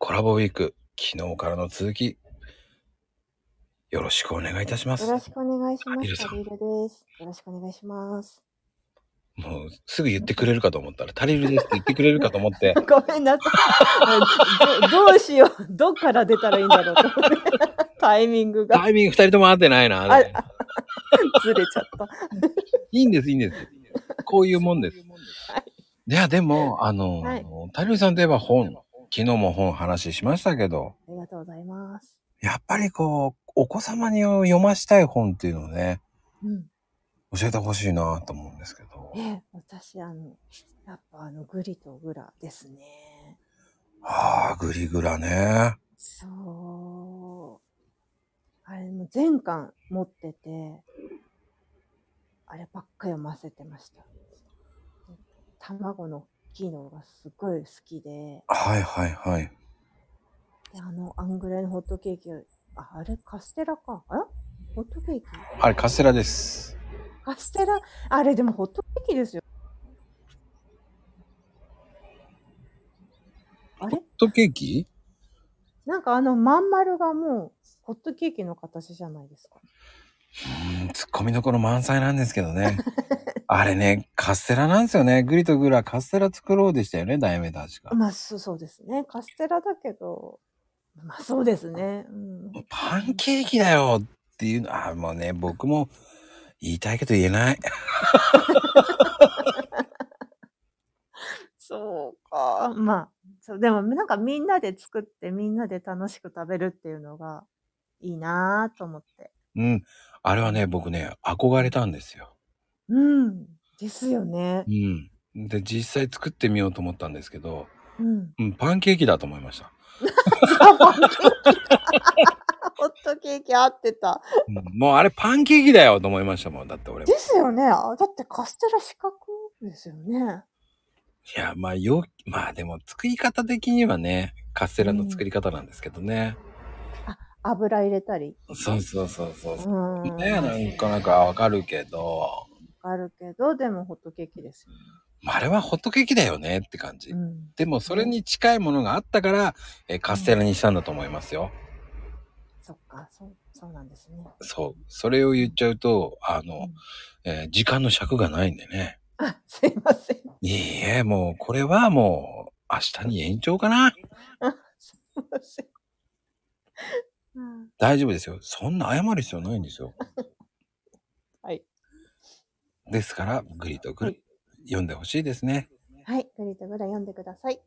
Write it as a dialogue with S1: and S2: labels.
S1: コラボウィーク、昨日からの続き、よろしくお願いいたします。
S2: よろしくお願いします。
S1: リルさん
S2: タリルです。よろしくお願いします。
S1: もうすぐ言ってくれるかと思ったら、足りるですって言ってくれるかと思 って、
S2: ごめんなさい。 どどうしよう。どっから出たらいいんだろうと思って。 タイミングが
S1: タイミング二人とも合ってないな。
S2: あ
S1: ね
S2: ずれちゃった。
S1: いいんです、いいんです。こういうもんです。いや、でも、あの、
S2: はい
S1: タリルさんといえば本、昨日も本話しましたけど、
S2: ありがとうございます。
S1: やっぱりこう、お子様に読ましたい本っていうのをね、
S2: うん。
S1: 教えてほしいなと思うんですけど。
S2: ええ、私、あの、やっぱあの、グリとグラですね。
S1: ああ、グリグラね。
S2: そう。あれも全巻持ってて、あればっか読ませてました。卵の機能がすごい好きで、
S1: はいはいはい。
S2: であの、アングレのホットケーキ、ああれ、カステラか。あれホットケーキ
S1: あれ、カステラです。
S2: カステラ、あれでもホットケーキですよ。あれ
S1: ホットケーキ
S2: なんかあのまん丸がもうホットケーキの形じゃないですか。
S1: うん、ツッコミどころ満載なんですけどね。あれね、カステラなんですよね。グリとグラカステラ作ろうでしたよね、題名確か。
S2: まあそうそうですね。カステラだけど、まあそうですね。うん、
S1: パンケーキだよっていうの、あ、もうね、僕も言いたいけど言えない。
S2: そうか。まあそう、でもなんかみんなで作ってみんなで楽しく食べるっていうのがいいなぁと思って。
S1: うん。あれはね、僕ね、憧れたんですよ。
S2: うん。ですよね
S1: う。ん。で、実際作ってみようと思ったんですけど、
S2: うん。
S1: うん、パンケーキだと思いました。
S2: あパン ケーキだホットケーキ合ってた。
S1: うんもうあれパンケーキだよと思いましたもん。だって俺も。
S2: ですよね。あだってカステラ四角ですよね。
S1: いや、まあ、よ、まあでも作り方的にはね、カステラの作り方なんですけどね。
S2: 油入れたり。
S1: そうそうそうそうう。
S2: ん。
S1: ねなんかなんかわかるけど、
S2: あるけど、でもホットケーキですよ
S1: まああれはホットケーキだよねって感じ。
S2: ね。うん。
S1: でもそれに近いものがあったから、えーカステラにしたんだと思いますよ。
S2: そっか、そう、そうなんですね。
S1: そう。それを言っちゃうと、あ
S2: う
S1: の
S2: ん、
S1: えー時間の尺がないんでね。
S2: あ、すいません。
S1: いいえ、もうこれはもう明日に延長かな。
S2: すいません。うん
S1: 大丈夫ですよ。そんな謝る必要ないんですよ。
S2: はい。
S1: ですから、グリとグリ、
S2: は
S1: 読んでほしいですね。
S2: はい、グリとグラ読んでください。